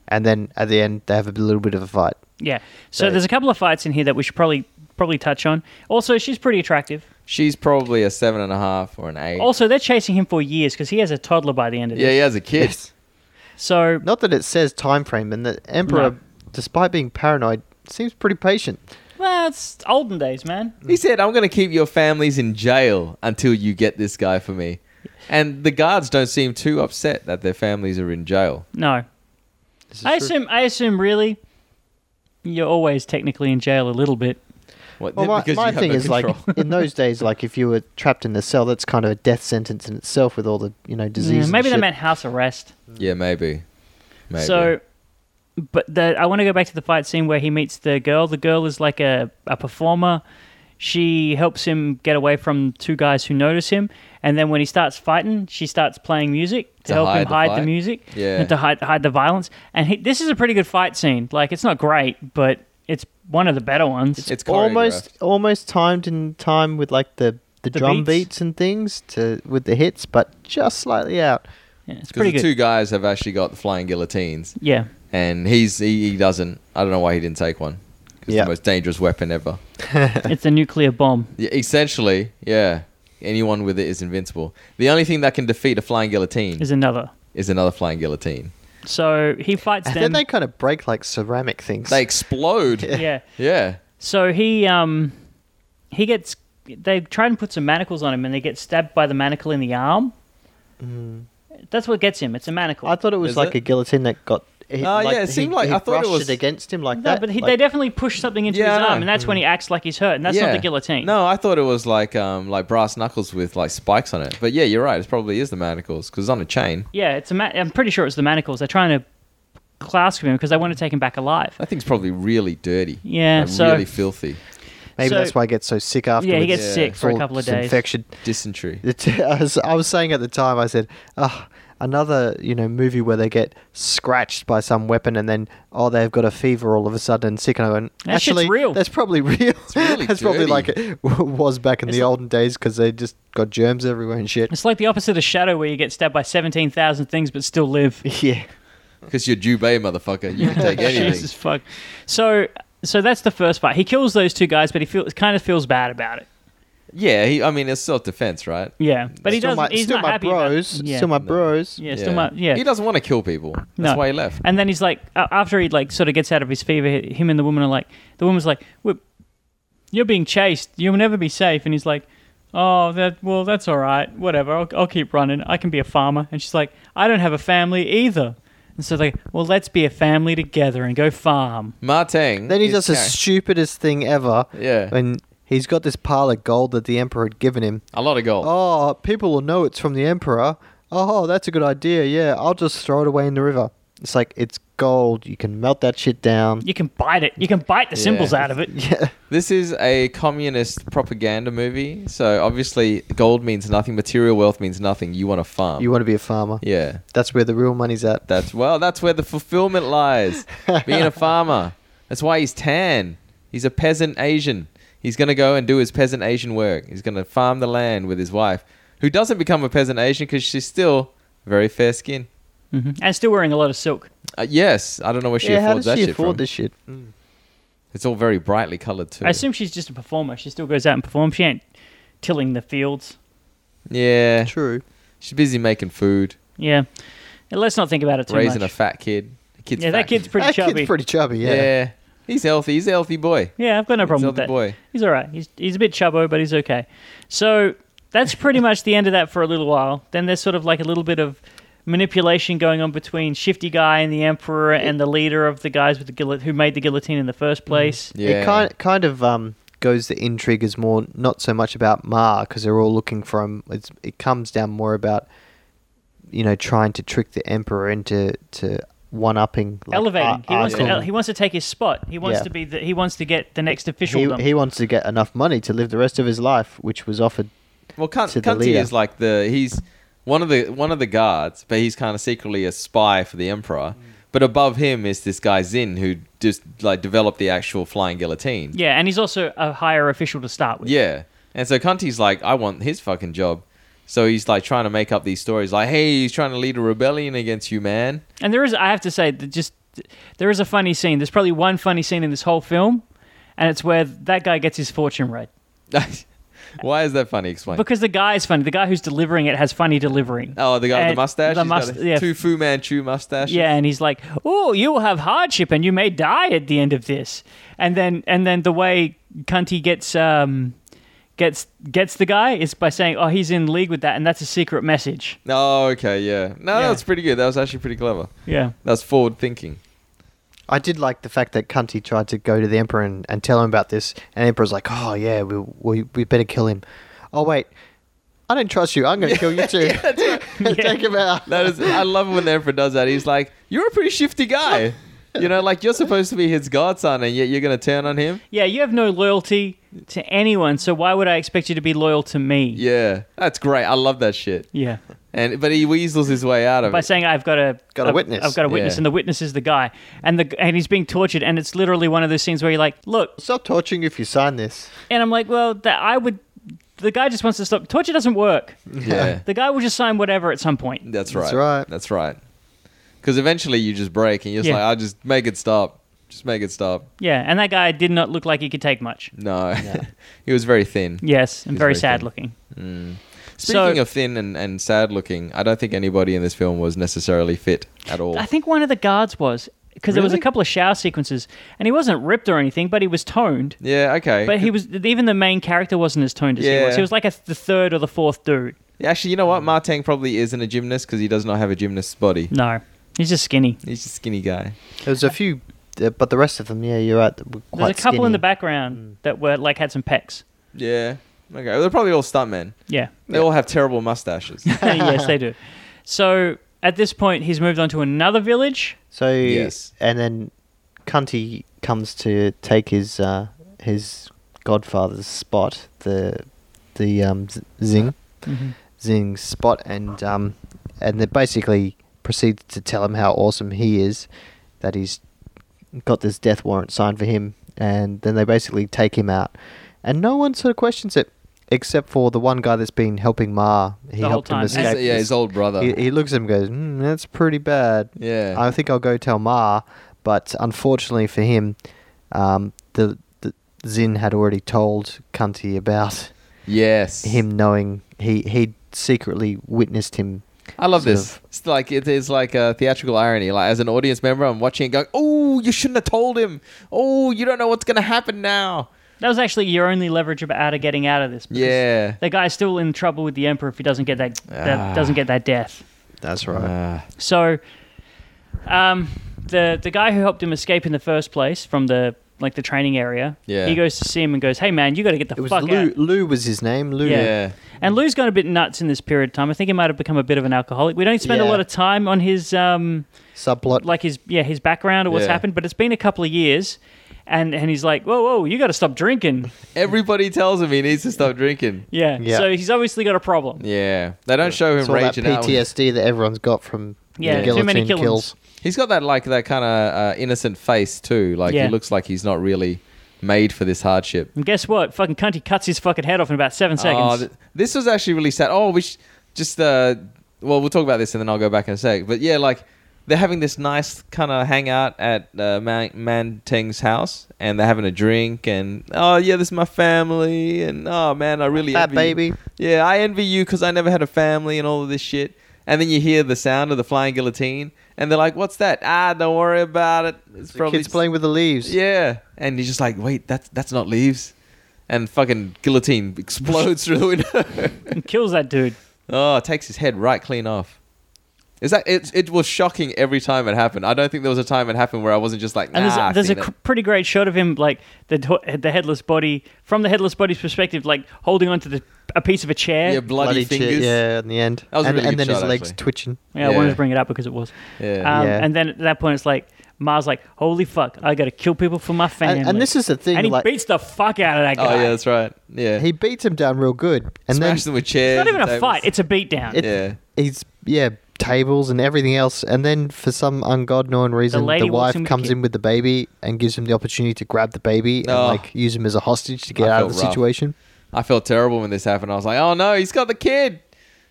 and then at the end they have a little bit of a fight.
yeah. So there's a couple of fights in here that we should probably probably touch on. Also, she's pretty attractive.
She's probably a seven and a half or an eight.
Also, they're chasing him for years because he has a toddler by the end of
yeah,
this.
he has a kid.
So
Not that it says time frame, and the emperor,
No.
despite being paranoid, seems pretty patient.
well, it's olden days, man.
He said, "I'm going to keep your families in jail until you get this guy for me." And the guards don't seem too upset that their families are in jail.
No,
This is
I
true.
assume. I assume really, you're always technically in jail a little bit.
What,
Well, my,
because you
my
have
thing
no
is
control.
like in those days, like if you were trapped in the cell, that's kind of a death sentence in itself with all the you know
Yeah,
disease.
maybe they
and
meant house arrest.
yeah, maybe. Maybe.
So, but the, I want to go back to the fight scene where he meets the girl. The girl is like a, a performer. She helps him get away from two guys who notice him, and then when he starts fighting, she starts playing music to,
To
help him
hide the
hide the
fight?
music
Yeah.
and to hide hide the violence. And he, this is a pretty good fight scene. Like it's not great, but it's one of the better ones.
it's
almost almost timed in time with like the the,
The
drum
beats.
beats. and things to with the hits, but just slightly out.
Yeah, it's pretty
because the
good.
two guys have actually got the flying guillotines,
yeah.
and he's he, he doesn't. I don't know why he didn't take one. 'Cause It's
Yeah.
the most dangerous weapon ever.
it's a nuclear bomb.
Yeah, essentially, yeah. Anyone with it is invincible. The only thing that can defeat a flying guillotine
Is
is,
another.
another flying guillotine.
So he fights
And
them.
then they kind of break like ceramic things.
They explode. yeah.
yeah. So he um he gets they try and put some manacles on him and they get stabbed by the manacle in the arm. That's what gets him. It's a manacle.
Mm. I thought it was
Is
like
it?
a guillotine that got. He,
Oh,
Ah, yeah, it
he-
seemed like-
he
I thought it
brushed
was-
against him like
no,
that.
but he,
like- Mm.
they definitely push something into
Yeah, I
his
know.
arm, and that's when he acts like he's hurt, and that's not the guillotine.
No, I thought it was like um like brass knuckles with like spikes on it. But yeah, you're right. It probably is the manacles because it's on a chain.
yeah, it's a. Ma- I'm pretty sure it's the manacles. They're trying to clasp him because they want to take him back alive.
That thing's probably really dirty.
Yeah,
Like,
so-
really filthy.
maybe
so-
that's why he gets so sick afterwards.
Yeah, he gets
Yeah.
sick
It's
for a
all
couple of
just
days.
Infection.
Dysentery.
It- I was, I was saying at the time, I said, oh, another you know movie where they get scratched by some weapon and then oh they've got a fever all of a sudden and sick and I went
That shit's
actually
real."
that's probably real.
really
that's probably
dirty.
like it was back in
It's
the
like-
olden days because they just got germs everywhere and shit.
It's like the opposite of Shadow, where you get stabbed by seventeen thousand things but still live.
yeah,
Because you're Jubei, motherfucker. You can take anything.
Jesus fuck. So, so that's the first part. He kills those two guys, but he feels kind of feels bad about it.
yeah, he, I mean, it's self defense, right?
Yeah, but he
still
doesn't.
my,
he's
still
not
my
happy. about-
bros,
yeah.
still my bros.
yeah, still my yeah.
He doesn't want to kill people. That's
No.
why he left.
And then he's like, a- after he like sort of gets out of his fever, he- him and the woman are like, the woman's like, "Well, "You're being chased. You'll never be safe." And he's like, "Oh, that well, that's all right. Whatever. I'll, I'll keep running. I can be a farmer." And she's like, "I don't have a family either." And so they, well, let's be a family together and go farm.
Martang.
Then he
is
does the
char-
stupidest thing ever.
Yeah.
when he's got this pile of gold that the emperor had given him.
a lot of gold.
Oh, people will know it's from the Emperor. Oh, that's a good idea. Yeah, I'll just throw it away in the river. It's like it's gold. You can melt that shit down.
You can bite it. You can bite the symbols out of it.
Yeah,
This is a communist propaganda movie, so obviously gold means nothing, material wealth means nothing. You want to farm.
you want to be a farmer.
yeah.
That's where the real money's at.
That's well, that's where the fulfillment lies. Being a farmer. That's why he's tan. He's a peasant Asian. He's going to go and do his peasant Asian work. He's going to farm the land with his wife, who doesn't become a peasant Asian because she's still very fair skinned.
And still wearing a lot of silk.
Uh, yes, I don't know where she
yeah, how
affords
does
that
she
shit
afford
from.
this shit?
It's all very brightly colored too.
I assume she's just a performer. She still goes out and performs. She ain't tilling the fields.
yeah,
True.
she's busy making food,
Yeah. And let's not think about it too
raising
much.
a fat kid. The kid's
yeah,
fat.
that kid's pretty
that
chubby.
kid's pretty chubby.
Yeah.
Yeah.
he's healthy. He's a healthy boy.
yeah, I've got no problem with
healthy
that.
boy.
He's all right. He's he's a bit chubbo, but he's okay. So that's pretty much the end of that for a little while. Then there's sort of like a little bit of manipulation going on between Shifty Guy and the Emperor and the leader of the guys with the guillot- who made the guillotine in the first place.
Mm-hmm. Yeah.
It kind kind of um, goes the intrigue is more not so much about Ma because they're all looking for him. It's, it comes down more about you know trying to trick the emperor into to one upping like, uh,
Elevating.
Ar-
he wants to
Arkul.
ele- he wants to take his spot. He wants
Yeah.
to be the, he wants to get the next
he,
officialdom.
he wants to get enough money to live the rest of his life, which was offered.
Well, cunt,
to the
Cunty
leader.
is like the he's one of the one of the guards, but he's kind of secretly a spy for the
Mm.
emperor. But above him is this guy Zin who just like developed the actual flying guillotine.
yeah, and he's also a higher official to start with.
Yeah. And so Cunty's like, I want his fucking job. So he's like trying to make up these stories, like, hey, he's trying to lead a rebellion against you, man.
And there is, I have to say, that just there is a funny scene. There's probably one funny scene in this whole film, and it's where that guy gets his fortune read
Why is that funny? Explain.
because the guy is funny. The guy who's delivering it has funny delivering.
oh, the guy with
And
the mustache.
The
He's got
must-
a
yeah,
Two Fu Manchu mustache.
yeah, and he's like, "Oh, you will have hardship, and you may die at the end of this." And then, and then the way Cunty gets um gets gets the guy is by saying, "Oh, he's in league with that," and that's a secret message.
Oh, okay. Yeah. No,
Yeah.
that's pretty good. That was actually pretty clever.
Yeah.
That's forward thinking.
I did like the fact that Cunty tried to go to the emperor and, and tell him about this, and the emperor's like, "Oh yeah, we we, we better kill him." Oh wait, I don't trust you. I'm going to kill you too. Take him out.
That is, I love when the emperor does that. He's like, "You're a pretty shifty guy." You know, like you're supposed to be his godson, and yet you're gonna turn on him.
Yeah, you have no loyalty to anyone, so why would I expect you to be loyal to me?
Yeah, that's great. I love that shit.
Yeah.
And but he weasels his way out of
By
it.
saying I've got a
Got a
I've-
witness."
I've got a witness,
Yeah.
and the witness is the guy, and the and he's being tortured, and it's literally one of those scenes where you're like, look,
Stop torturing you if you sign this.
and I'm like, well, that I would. The guy just wants to stop. Torture doesn't work.
yeah,
The guy will just sign whatever at some point.
that's right.
right.
That's right. Because eventually you just break, and you're just
Yeah.
like, "I just make it stop. Just make it stop."
Yeah, and that guy did not look like he could take much.
No, he was very thin.
Yes, and
Mm. He's
very
very thin.
sad
Mm.
looking.
Speaking
So-
of thin and, and sad looking, I don't think anybody in this film was necessarily fit at all.
I think one of the guards was because there was a
Really?
couple of shower sequences, and he wasn't ripped or anything, but he was toned.
yeah, okay.
But he was even the main character wasn't as toned as he was.
Yeah.
He was like a, the third or the fourth dude.
Actually, you know what? Martang probably isn't a gymnast because he does not have a gymnast's body.
No, he's just skinny.
He's a skinny guy.
There was a few, uh, but the rest of them, yeah, you're right. were
There's a
Quite
couple in
skinny. Mm.
the background that were like had some pecs.
Yeah. Okay. Well, they're probably all stuntmen.
Yeah.
They all have terrible mustaches.
yes, they do. So at this point, he's moved on to another village.
So
Yes.
and then Cunty comes to take his uh, his godfather's spot, the the um, Z- Zing
Mm-hmm.
Zing's spot, and um, and they basically proceed to tell him how awesome he is, that he's got this death warrant signed for him, and then they basically take him out, and no one sort of questions it. Except for the one guy that's been helping Ma, he
The whole
helped
time.
him
As-
escape.
yeah,
this-
his old brother.
he, he looks at him and goes, mm, That's pretty bad.
Yeah.
I think I'll go tell Ma. But unfortunately for him, um, the, the Zin had already told Cunty about
yes.
him knowing he, he'd secretly witnessed him.
I love
sort
this.
of-
It's like it is like a theatrical irony. Like as an audience member, I'm watching it going, "Oh, you shouldn't have told him. Oh, you don't know what's gonna happen now."
That was actually your only leverage about out of getting out of this. because
Yeah.
The guy's still in trouble with the emperor if he doesn't get that, that
Ah.
doesn't get that death.
That's right.
Ah.
So, um, the the guy who helped him escape in the first place from the like the training area,
Yeah.
he goes to see him and goes, "Hey man, you got to get the
it was
fuck
Lou.
out."
Lou was his name. Lou.
Yeah.
yeah.
And Lou's gone a bit nuts in this period of time. I think he might have become a bit of an alcoholic. We don't spend a
Yeah.
lot of time on his um,
Subplot.
like his yeah his background or what's
Yeah.
happened, but it's been a couple of years, and and he's like, "Whoa, whoa, you got to stop drinking."
Everybody tells him he needs to stop drinking.
Yeah.
Yeah.
So he's obviously got a problem.
Yeah. They don't show him
it's all that
raging out. when-
PTSD that everyone's got from
Yeah,
the
too many
guillotine
killings.
kills.
He's got that like that kind of uh, innocent face too. Like
Yeah.
he looks like he's not really made for this hardship.
And guess what? Fucking cunty cuts his fucking head off in about seven
Oh,
seconds.
th- this was actually really sad. Oh, we sh- just uh, well, we'll talk about this and then I'll go back in a sec. But yeah, like they're having this nice kind of hangout at uh, Man-, Man Teng's house, and they're having a drink, and oh yeah, this is my family, and oh man, I really
Fat
envy
baby.
You. Yeah, I envy you because I never had a family and all of this shit. And then you hear the sound of the flying guillotine, and they're like, "What's that? Ah, don't worry about it. It's
The
probably
kids playing with the leaves.
yeah, and he's just like, wait, that's that's not leaves, and fucking guillotine explodes through the window.
and kills that dude.
Oh, it takes his head right clean off. Is that it? It was shocking every time it happened. I don't think there was a time it happened where I wasn't just like, nah.
And there's,
I've
there's a
seen it."
cr- pretty great shot of him, like the do- the headless body from the headless body's perspective, like holding onto the a piece of a chair.
yeah, bloody,
shit,
fingers.
yeah, in the end.
That was a
and
really
and
good
then his
shot,
legs
actually.
twitching.
Yeah, I wanted
Yeah.
to bring it up because it was.
Yeah.
Um,
Yeah.
And then at that point, it's like Mars, like, holy fuck, I got to kill people for my family.
And, and this is the thing.
and he
like,
beats the fuck out of that
Oh
guy.
yeah, that's right. Yeah,
he beats him down real good, and then
smashed them with chairs.
It's not even a
tables.
fight; it's a beatdown.
it-
yeah.
he's yeah tables and everything else, and then for some ungod known reason, the,
lady walks
wife
in with the
comes
kid.
in with the baby and gives him the opportunity to grab the baby
Oh.
and like use him as a hostage to get
I
out of
felt
the
rough.
situation.
I felt terrible when this happened. I was like, oh no, he's got the kid,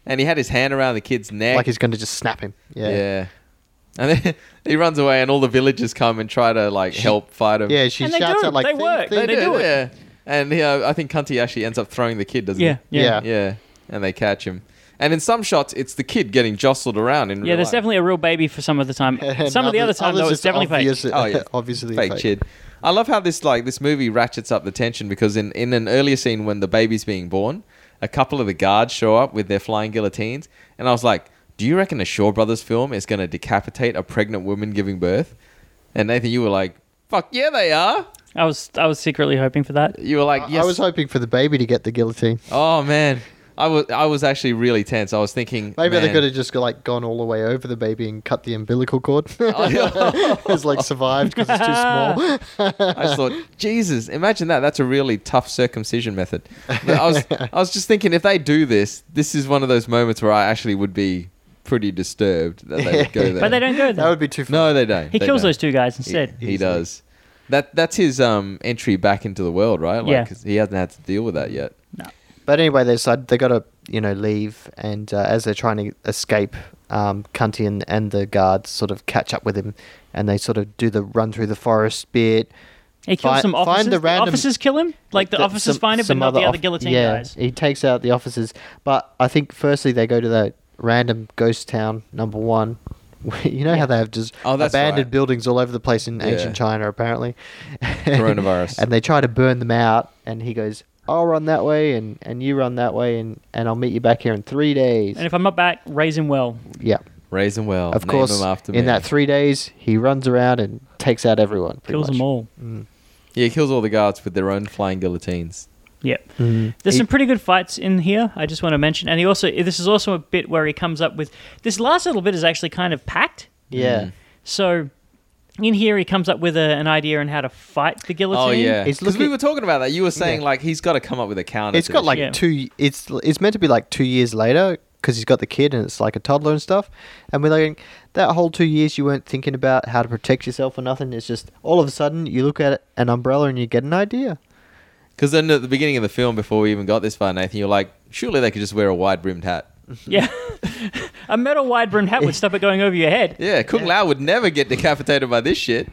and he had his hand around the kid's neck.
Like he's going to just snap him. Yeah.
yeah. And then he runs away, and all the villagers come and try to like help fight him.
Yeah, she
And they
shouts
do,
out like
they
"Thief,
work,
thief,
they,
they
do,
do it.
Yeah. And yeah, I think Cunty actually ends up throwing the kid, doesn't
yeah,
he?
yeah,
Yeah.
yeah.
Yeah. And they catch him. And in some shots, it's the kid getting jostled around. In real
there's
life.
definitely a real baby for some of the time.
And
Some of the other
others-
time though,
others
it's
it's
definitely fake.
obvious-
Oh, yeah.
obviously
fake, chid. I love how this like this movie ratchets up the tension because in, in an earlier scene when the baby's being born, a couple of the guards show up with their flying guillotines, and I was like, "Do you reckon a Shaw Brothers film is going to decapitate a pregnant woman giving birth?" And Nathan, you were like, "Fuck yeah, they are."
I was, I was secretly hoping for that.
You were like, "Yes."
I was hoping for the baby to get the guillotine.
oh man, I was I was actually really tense. I was thinking
Maybe they
man,
could have just like gone all the way over the baby and cut the umbilical cord.
Oh,
it's like survived because it's too small.
I just thought, Jesus, imagine that. That's a really tough circumcision method. But I was, I was just thinking, if they do this, this is one of those moments where I actually would be pretty disturbed that they would go there.
But they don't go
That
there.
would be too. Far.
No, they don't.
He
They
kills
don't.
those two guys
He-
instead.
He, does. That that's his um entry back into the world, right? Like,
Yeah.
'cause he hasn't had to deal with that yet.
But anyway, they decide they got to you know leave, and uh, as they're trying to escape, um, Cunty and, and the guards sort of catch up with him, and they sort of do the run through the forest bit.
He kills
Fi-
some
find
officers.
the
The
random-
officers kill him. Like the,
Th-
officers
some-
find him, but
some
not the other
off-
guillotine
yeah,
guys.
he takes out the officers, but I think firstly they go to that random ghost town number one. you know how they have just
Oh, that's
abandoned
right.
buildings all over the place in
Yeah.
ancient China, apparently.
Coronavirus.
and they try to burn them out, and he goes, "I'll run that way, and, and you run that way, and, and I'll meet you back here in three days."
And if I'm not back, raise him well.
yeah,
Raise him well.
of
Name
course.
him after
in
me.
that three days, he runs around and takes out everyone. pretty
Kills
much.
them all.
yeah, he kills all the guards with their own flying guillotines.
Yep. There's some pretty good fights in here. I just want to mention, and he also this is also a bit where he comes up with this last little bit is actually kind of packed.
Yeah.
Mm,
So in here he comes up with a, an idea on how to fight the guillotine.
Oh yeah,
He's
because we
looking-
were talking about that. You were saying like he's got to come up with a counter.
It's
to
got
this.
like
Yeah.
two. It's it's meant to be like two years later because he's got the kid and it's like a toddler and stuff. And we're like that whole two years you weren't thinking about how to protect yourself or nothing. It's just all of a sudden you look at an umbrella and you get an idea.
Because then at the beginning of the film, before we even got this far, Nathan, you're like, surely they could just wear a wide brimmed hat.
Yeah. a metal wide brimmed hat would stop it going over your head.
Yeah, Kung Lao would never get decapitated by this shit.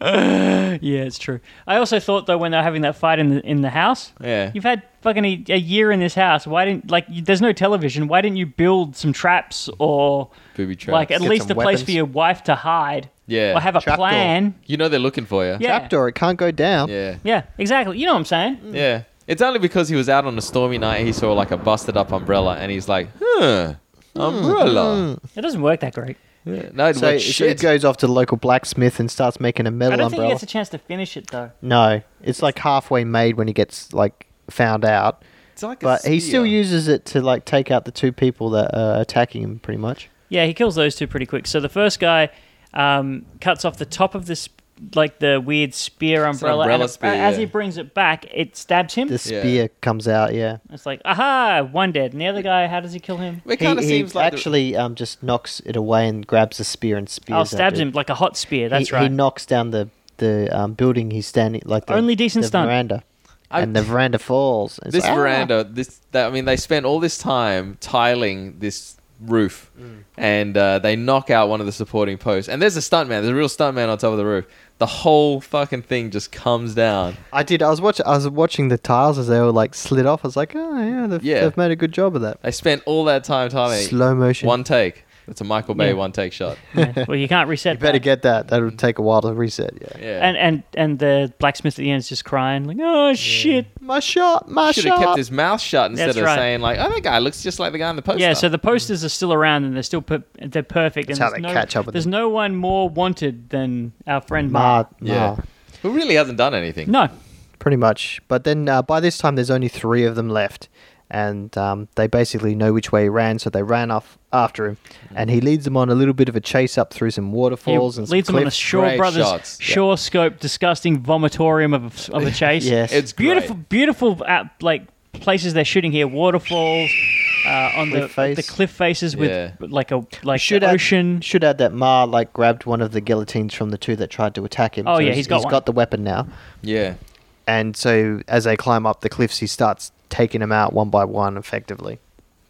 Yeah, it's true. I also thought though when they're having that fight in the in the house.
Yeah.
You've had fucking a, a year in this house. Why didn't like you, there's no television? Why didn't you build some traps or
Booby traps.
like at
Get
least a
some
place
weapons.
for your wife to hide?
Yeah.
Or have a
Trapdoor.
plan.
you know they're looking for you.
Yeah.
Trapdoor, it can't go down.
Yeah.
Yeah, exactly. You know what I'm saying?
Mm.
Yeah. It's only because he was out on a stormy night, he saw like a busted up umbrella, and he's like, huh, umbrella.
It doesn't work that great.
No, it
Hmm. So,
worked
so he
shit.
goes off to the local blacksmith and starts making a
I
metal
don't think he
umbrella.
gets a chance to finish it though.
no, it's like halfway made when he gets like found out.
It's like a
But he still
spear.
uses it to like take out the two people that are attacking him, pretty much.
Yeah, he kills those two pretty quick. So the first guy um, cuts off the top of this, like the weird spear
an
umbrella. and
umbrella
it-
spear,
As he
yeah.
brings it back, it stabs him.
The spear comes out, yeah.
It's like, aha, one dead. And the other guy, how does he kill him?
It
He,
kind of
he
seems like. the-
actually um, just knocks it away and grabs a spear and spears.
Oh,
that
stabs
dude.
him like a hot spear.
He-
That's
he,
right.
knocks down the the um, building he's standing like the
Only decent
the
stunt.
veranda,
I-
and the veranda falls. It's
this
like, "Ah!"
veranda this that, i mean they spent all this time tiling this roof
Mm.
and uh, they knock out one of the supporting posts and there's a stuntman there's a real stuntman on top of the roof the whole fucking thing just comes down
I did. I was watching. I was watching the tiles as they all like slid off. I was like, oh yeah, they've,
Yeah.
they've made a good job of that.
they spent all that time tiling
Slow motion.
one take That's a Michael Bay
Yeah.
one take shot.
Yeah. Well, you can't reset.
You better
that.
get that. That would take a while to reset. Yeah.
Yeah.
And and and the blacksmith at the end is just crying like, oh shit.
My shot. My
should have
shot.
kept his mouth shut instead
That's
of
right.
saying like, "Oh, that guy looks just like the guy in the poster."
Yeah, so the posters are still around and they're still per- they're perfect.
That's
and
how
there's
they
no,
catch up with
There's
them.
no one more wanted than our friend
Ma,
Mark.
yeah,
Ma,
who really hasn't done anything?
Oh. No,
Ah, pretty much. But then uh, by this time, there's only three of them left, and um, they basically know which way he ran, so they ran off after him, and he leads them on a little bit of a chase up through some
Mm-hmm. he
waterfalls and some
leads them on a
cliffs.
Shaw
Great
Brothers
shots. Yeah.
Shaw Scope disgusting vomitorium of a, of a chase.
Yes.
It's great.
beautiful, beautiful uh, like places they're shooting here. Waterfalls uh, on the
Cliff face.
the cliff faces with
Yeah.
like a like
Should
the
add,
ocean.
should add that Ma like grabbed one of the guillotines from the two that tried to attack him.
Oh,
so
yeah,
he's,
he's got
he's
one.
got the weapon now,
Yeah,
and so as they climb up the cliffs, he starts taking them out one by one, effectively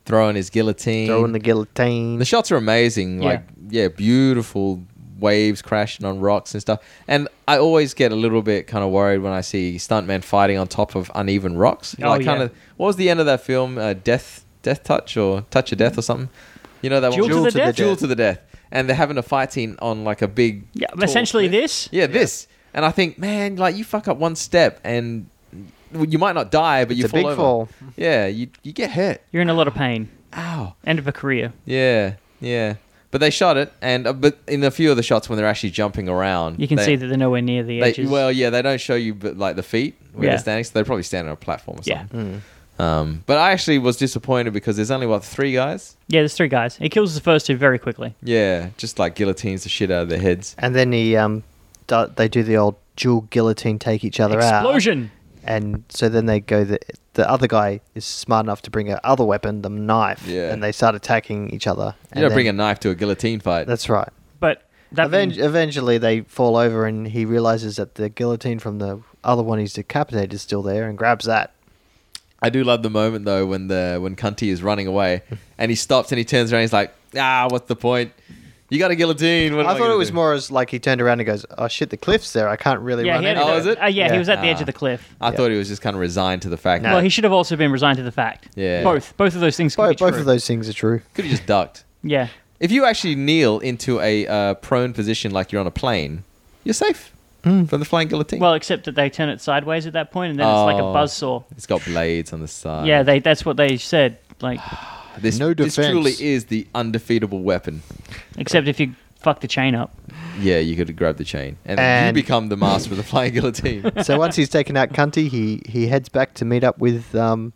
throwing his guillotine.
throwing the guillotine.
The shots are amazing.
Yeah.
Like, yeah, beautiful waves crashing on rocks and stuff. And I always get a little bit kind of worried when I see stuntmen fighting on top of uneven rocks. You know,
Oh,
like, kind
yeah.
of. What was the end of that film? Uh, death, death touch, or touch of death, or something. You know that
Duel
one.
to Duel the to the Death?
Duel to the death. And they're having a fight scene on like a big.
Yeah,
tall
essentially
cliff.
this.
Yeah, this. And I think, man, like you fuck up one step and. well, You might not die, but you
It's a
fall
big
over.
fall.
Yeah, you you get hurt.
You're in a lot of pain.
Ow.
End of a career.
Yeah, yeah. But they shot it, and uh, but in a few of the shots when they're actually jumping around,
You can
they-
see that they're nowhere near the
They,
edges.
well, yeah, they don't show you but like the feet where
Yeah.
they're standing. So they probably stand on a platform or
yeah,
something.
Mm.
Um, but I actually was disappointed because there's only what three guys.
yeah. There's three guys. He kills the first two very quickly.
Yeah, just like guillotines the shit out of their heads.
And then he, um, do, they do the old dual guillotine, take each other out.
Explosion.
And so then they go. The the other guy is smart enough to bring a other weapon, the knife.
Yeah.
And they start attacking each other.
You
and
don't bring a
then-
knife to a guillotine fight.
That's right.
But that
Even-
being-
eventually, they fall over, and he realizes that the guillotine from the other one he's decapitated is still there, and grabs that.
I do love the moment though when the when Cunty is running away and he stops and he turns around. He's like, ah, what's the point? You got a guillotine. What am
I thought
gonna
it was
do?"
more as like he turned around and goes, "Oh shit, the cliff's there. I can't really
yeah,
run."
he had,
into
Oh, is it?
Uh, yeah,
Yeah.
he was at the edge
Ah.
of the cliff.
I thought he was just kind of resigned to the fact.
No.
Well,
that
he should have also been resigned to the fact.
Yeah.
Both both of those things. Could
Bo-
be
both
true.
of those things are true.
could have just ducked.
Yeah.
If you actually kneel into a uh, prone position like you're on a plane, you're safe
Mm.
from the flying guillotine.
Well, except that they turn it sideways at that point, and then it's like a
Oh.
buzzsaw.
it's got blades on the side.
Yeah, they. That's what they said. Like,
this,
No
This
defense.
truly is the undefeatable weapon.
except if you fuck the chain up.
Yeah, you could grab the chain, and,
And-
you become the master of the flying guillotine.
so once he's taken out Cunty, he he heads back to meet up with um,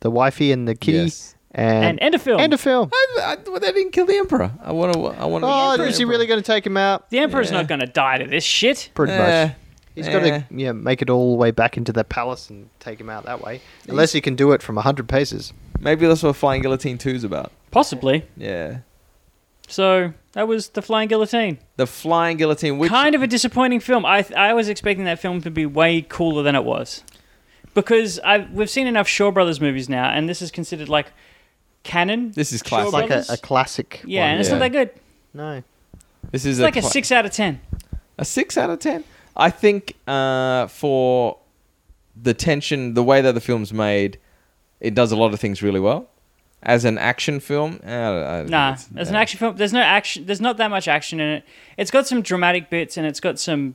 the wifey and the kitty,
Yes.
and
And end of film.
End of film.
I, I, they didn't kill the emperor. I want to. I want to.
Oh, is he really going to take him out?
The emperor's
Yeah.
not going to die to this shit.
Pretty
Eh,
much. He's
eh.
got to yeah make it all the way back into the palace and take him out that way, unless he can do it from hundred paces.
Maybe that's what flying guillotine two's about.
Possibly.
Yeah,
So that was the flying guillotine.
the flying guillotine. Which
kind of a disappointing film. I I was expecting that film to be way cooler than it was, because I we've seen enough Shaw Brothers movies now, and this is considered like canon.
This is classic.
Shaw
It's like a,
Brothers.
a classic.
yeah,
one.
and it's not
yeah.
that good.
no.
this is
It's like a
cla-
six out of ten.
A six out of ten. I think uh, for the tension, the way that the film's made, it does a lot of things really well. As an action film, uh, I don't
Nah,
think it's-
it's an
uh,
action film. There's no action. There's not that much action in it. It's got some dramatic bits, and it's got some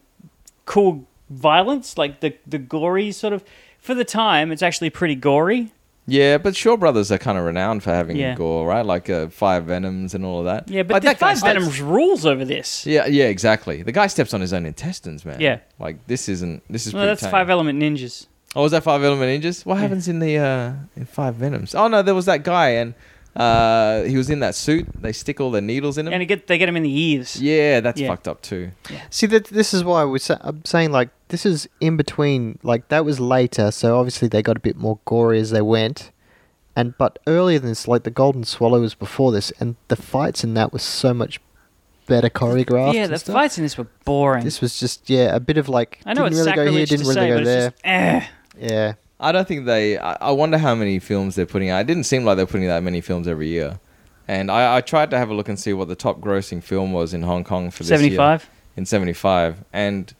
cool violence, like the the gory sort of. For the time, it's actually pretty gory.
Yeah, but Shaw Brothers are kind of renowned for having
Yeah.
gore, right? Like uh, Five Venoms and all of that.
Yeah, but
Like,
the
that guy
Five
steps-
Venoms rules over this.
Yeah, yeah, exactly. The guy steps on his own intestines, man.
Yeah.
like this isn't this is.
No,
pretty
that's
tame.
Five Element Ninjas.
Oh, was that Five Element Ninjas? What happens in the uh, in Five Venoms? Oh no, there was that guy and uh, he was in that suit. They stick all the needles in him.
And it get, they get him in the ears.
yeah, that's
Yeah.
fucked up too.
See that this is why we're sa- I'm saying like this is in between like that was later, so obviously they got a bit more gory as they went, and but earlier than this, like the Golden Swallow was before this, and the fights in that was so much better choreographed.
Yeah,
and
the
stuff.
fights in this were boring.
This was just yeah a bit of like
I know
didn't
it's
really go
sacrilege
here, didn't
to
really
say,
go
but
there.
it's just, eh.
Yeah,
I don't think they. I, I wonder how many films they're putting out. It didn't seem like they're putting that many films every year. And I, I tried to have a look and see what the top grossing film was in Hong Kong for this year.
75?
In 75. And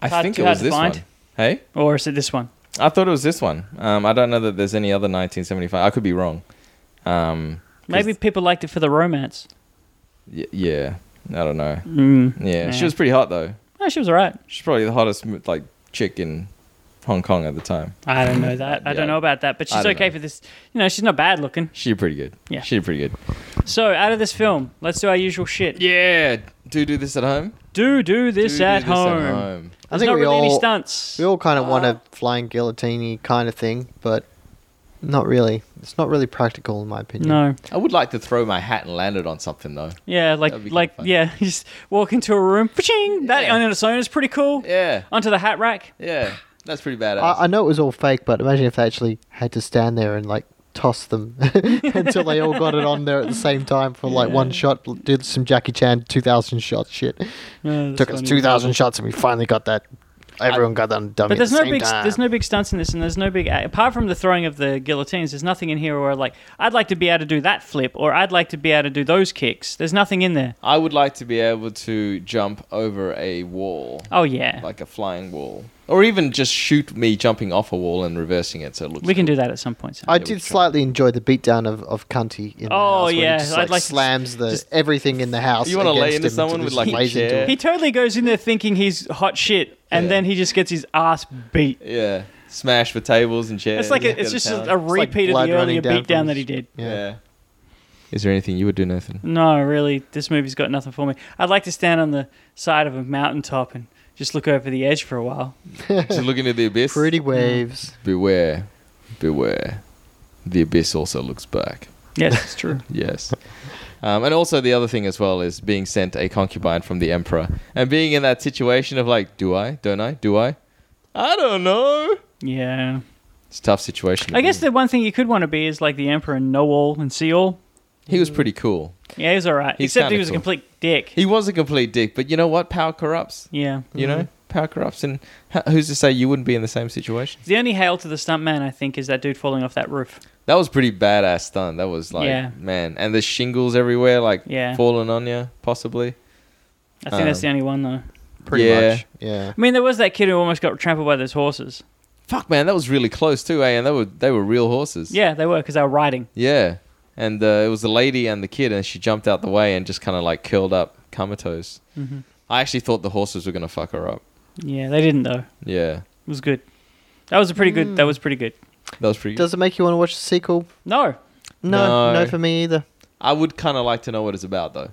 I
Hard-
think
too
it
hard
was
to
this
find.
one. Hey?
Or is it this one?
I thought it was this one. Um, I don't know that there's any other 1975. I could be wrong. Um, 'cause-
Maybe people liked it for the romance.
Y- yeah, I don't know.
Mm.
yeah, she was pretty hot though.
No, she was all right.
She's probably the hottest mo- like chick in Hong Kong at the time.
I don't know that. I
Yeah.
don't know about that, but
I
she's
don't
okay
know.
for this. You know, she's not bad looking.
She pretty good.
Yeah.
she pretty good.
So out of this film, let's do our usual shit.
Yeah, do do this at home.
Do do this,
Do do
at, home.
I
There's
think
not
we
really any
all-
stunts.
We all kind of
Uh.
want a flying guillotine kind of thing, but not really. It's not really practical, in my opinion.
no.
I would like to throw my hat and land it on something though.
Yeah, like
That'd be kinda
like
fun.
yeah, you just walk into a room, paching. That
Yeah.
on its own is pretty cool.
Yeah,
Onto the hat rack.
yeah, that's pretty badass.
I, I know it was all fake, but imagine if they actually had to stand there and like toss them until they all got it on there at the same time for like one shot. Did some Jackie Chan two thousand shot shit.
Yeah, that's
Took us
funny.
two thousand shots and we finally got that. Everyone got that on dummy
But there's
at
no
the same
big
time.
there's no big stunts in this, and there's no big apart from the throwing of the guillotines. There's nothing in here where like I'd like to be able to do that flip, or I'd like to be able to do those kicks. There's nothing in there.
I would like to be able to jump over a wall,
Oh yeah,
like a flying wall, or even just shoot me jumping off a wall and reversing it so it looks.
we can do that at some point. Sam.
I
we
did
tried.
slightly enjoy the beatdown of of Cunty in the
Oh,
house. where he
yeah,
just,
I'd
like,
like to
slams the
just-
everything in the house.
You wanna lay
against
into
him until
someone
he
with, like, a
lays into
chair?
it.
He totally goes in there thinking he's hot shit, and
Yeah.
then he just gets his ass beat.
Yeah, smash the tables and chairs.
It's like
Go
a, it's
to
just
town.
a, a
like
repeat of
blood
the earlier
running down from
beatdown
his-
that he did.
Yeah.
Is there anything you would do, Nathan?
No, really, this movie's got nothing for me. I'd like to stand on the side of a mountaintop and just look over the edge for a while.
Just look into the abyss.
Pretty
Mm.
waves.
Beware, beware. The abyss also looks back.
Yes, it's true.
Yes. Um, and also the other thing as well is being sent a concubine from the emperor and being in that situation of like, do I? Don't I? Do I? I don't know.
Yeah.
It's a tough situation. to
I guess
be in.
the one thing you could want to be is like the Emperor and know all and see all.
he was pretty cool.
Yeah, he's all right.
He's
Except he
kinda
was a
cool.
complete dick.
He was a complete dick, but you know what? Power corrupts.
Yeah.
You know,
Mm-hmm.
power corrupts, and h- who's to say you wouldn't be in the same situation?
The only hail to the stuntman, I think, is that dude falling off that roof.
That was pretty badass stunt. That was like,
Yeah.
man, and the shingles everywhere, like
Yeah.
falling on you, possibly.
I think
Oh.
that's the only one, though.
Pretty
Yeah.
much. Yeah.
I mean, there was that kid who almost got trampled by those horses.
Fuck, man, that was really close too, eh? And they were they were real horses.
Yeah, they were because they were riding.
Yeah. And uh, it was the lady and the kid, and she jumped out the way and just kind of like curled up, comatose.
Mm-hmm.
I actually thought the horses were gonna fuck her up.
Yeah, they didn't though. It
Yeah,
was good. That was a pretty good. That was pretty good.
that was pretty.
Does it make you want to watch the sequel?
No,
No.
No, no, for me either.
I would kind of like to know what it's about though.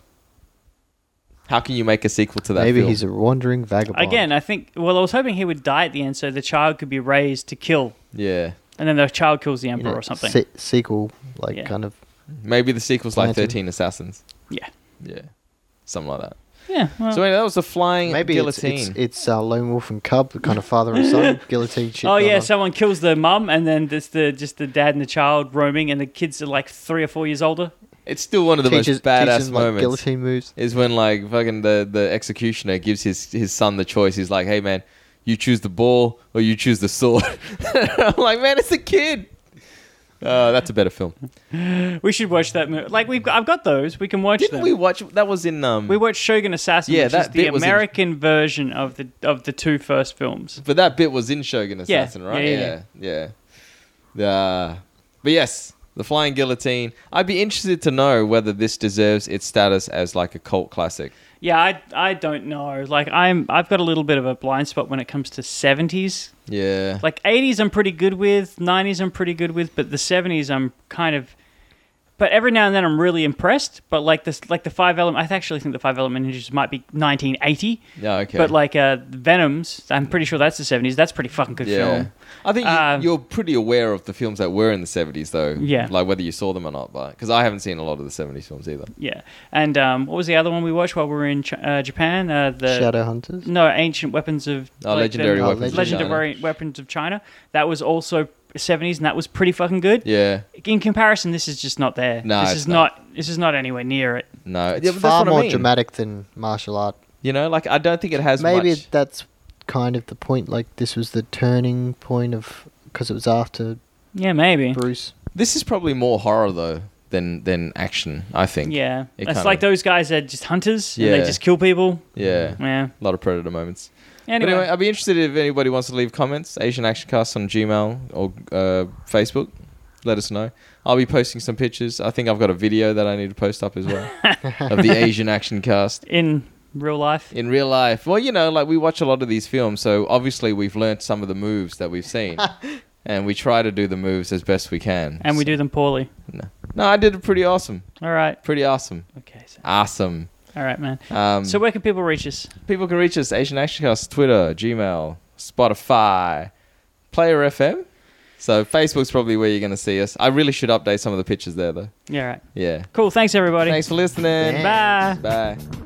How can you make a sequel to that?
Maybe
film?
he's a wandering vagabond.
again, I think. Well, I was hoping he would die at the end, so the child could be raised to kill,
Yeah,
and then the child kills the
You
emperor
know,
or something.
se- sequel, like
Yeah.
kind of.
maybe the sequel's like
Planted.
Thirteen Assassins.
Yeah,
Yeah, something like that.
yeah. Well,
So anyway, that was the flying
Maybe it's,
guillotine.
it's, it's uh, Lone Wolf and Cub, the kind of father and son guillotine shit.
oh
going
yeah,
on.
someone kills the mum, and then there's the just the dad and the child roaming, and the kids are like three or four years older.
It's still one of the most
Teaches-
badass
teaches, like,
moments.
guillotine moves.
is when like fucking the the executioner gives his his son the choice. He's like, "Hey man, you choose the ball or you choose the sword." I'm like, "Man, it's a kid." Uh, that's a better film.
We should watch that movie. Like we've, got, I've got those. We can watch
Didn't
them.
we watch? That was in um.
We watched Shogun Assassin,
Yeah,
which is
that
the
bit was in-
American version of the of the two first films.
but that bit was in Shogun
Yeah,
Assassin, right?
yeah,
Yeah,
yeah,
yeah. Uh, but yes, the Flying Guillotine. I'd be interested to know whether this deserves its status as like a cult classic.
Yeah, I I don't know. Like I'm I've got a little bit of a blind spot when it comes to 70s.
Yeah,
Like 80s I'm pretty good with, 90s I'm pretty good with, but the 70s I'm kind of but every now and then I'm really impressed, but like this like the five element I actually think the five element ninjas might be 1980.
Yeah, okay.
But like uh Venom's, I'm pretty sure that's the 70s. That's a pretty fucking good
yeah.
film.
I think you,
Um,
you're pretty aware of the films that were in the 70s, though.
Yeah.
Like whether you saw them or not, but because I haven't seen a lot of the 70s films either.
Yeah. And um what was the other one we watched while we were in Ch- uh, Japan? Uh the
Shadow Hunters.
No, ancient weapons of
Oh, legendary
the-
weapons of
legendary weapons of China. That was also seventies, and that was pretty fucking good.
Yeah.
In comparison, this is just not there.
No,
this
it's
is not. This is not anywhere near it.
No.
It's
Yeah, but
far
that's what I
more
mean.
dramatic than martial art.
You know, like I don't think it has
Maybe
much.
that's kind of the point. Like this was the turning point of because it was after
Yeah, maybe.
Bruce.
This is probably more horror though than than action. I think.
Yeah,
It
it's
kinda-
like those guys are just hunters. Yeah, and
Yeah.
they just kill people.
Yeah.
Yeah.
A lot of predator moments. But
Anyway,
Anyway, uh, I'd be interested if anybody wants to leave comments. Asian Action Cast on Gmail or uh, Facebook. let us know. I'll be posting some pictures. I think I've got a video that I need to post up as well of the Asian action cast
in real life.
in real life. Well, you know, like we watch a lot of these films, so obviously we've learnt some of the moves that we've seen. And we try to do the moves as best we can.
And we do them poorly.
No, no I did it pretty awesome.
All right.
Pretty awesome.
Okay. So,
Awesome.
all right, man.
Um,
so where can people reach us?
People can reach us Asian Action Cast, Twitter, Gmail, Spotify, Player FM. So Facebook's probably where you're going to see us. I really should update some of the pictures there, though.
Yeah. All right.
Yeah.
Cool. Thanks, everybody.
Thanks for listening.
Yeah.
Bye.
Bye.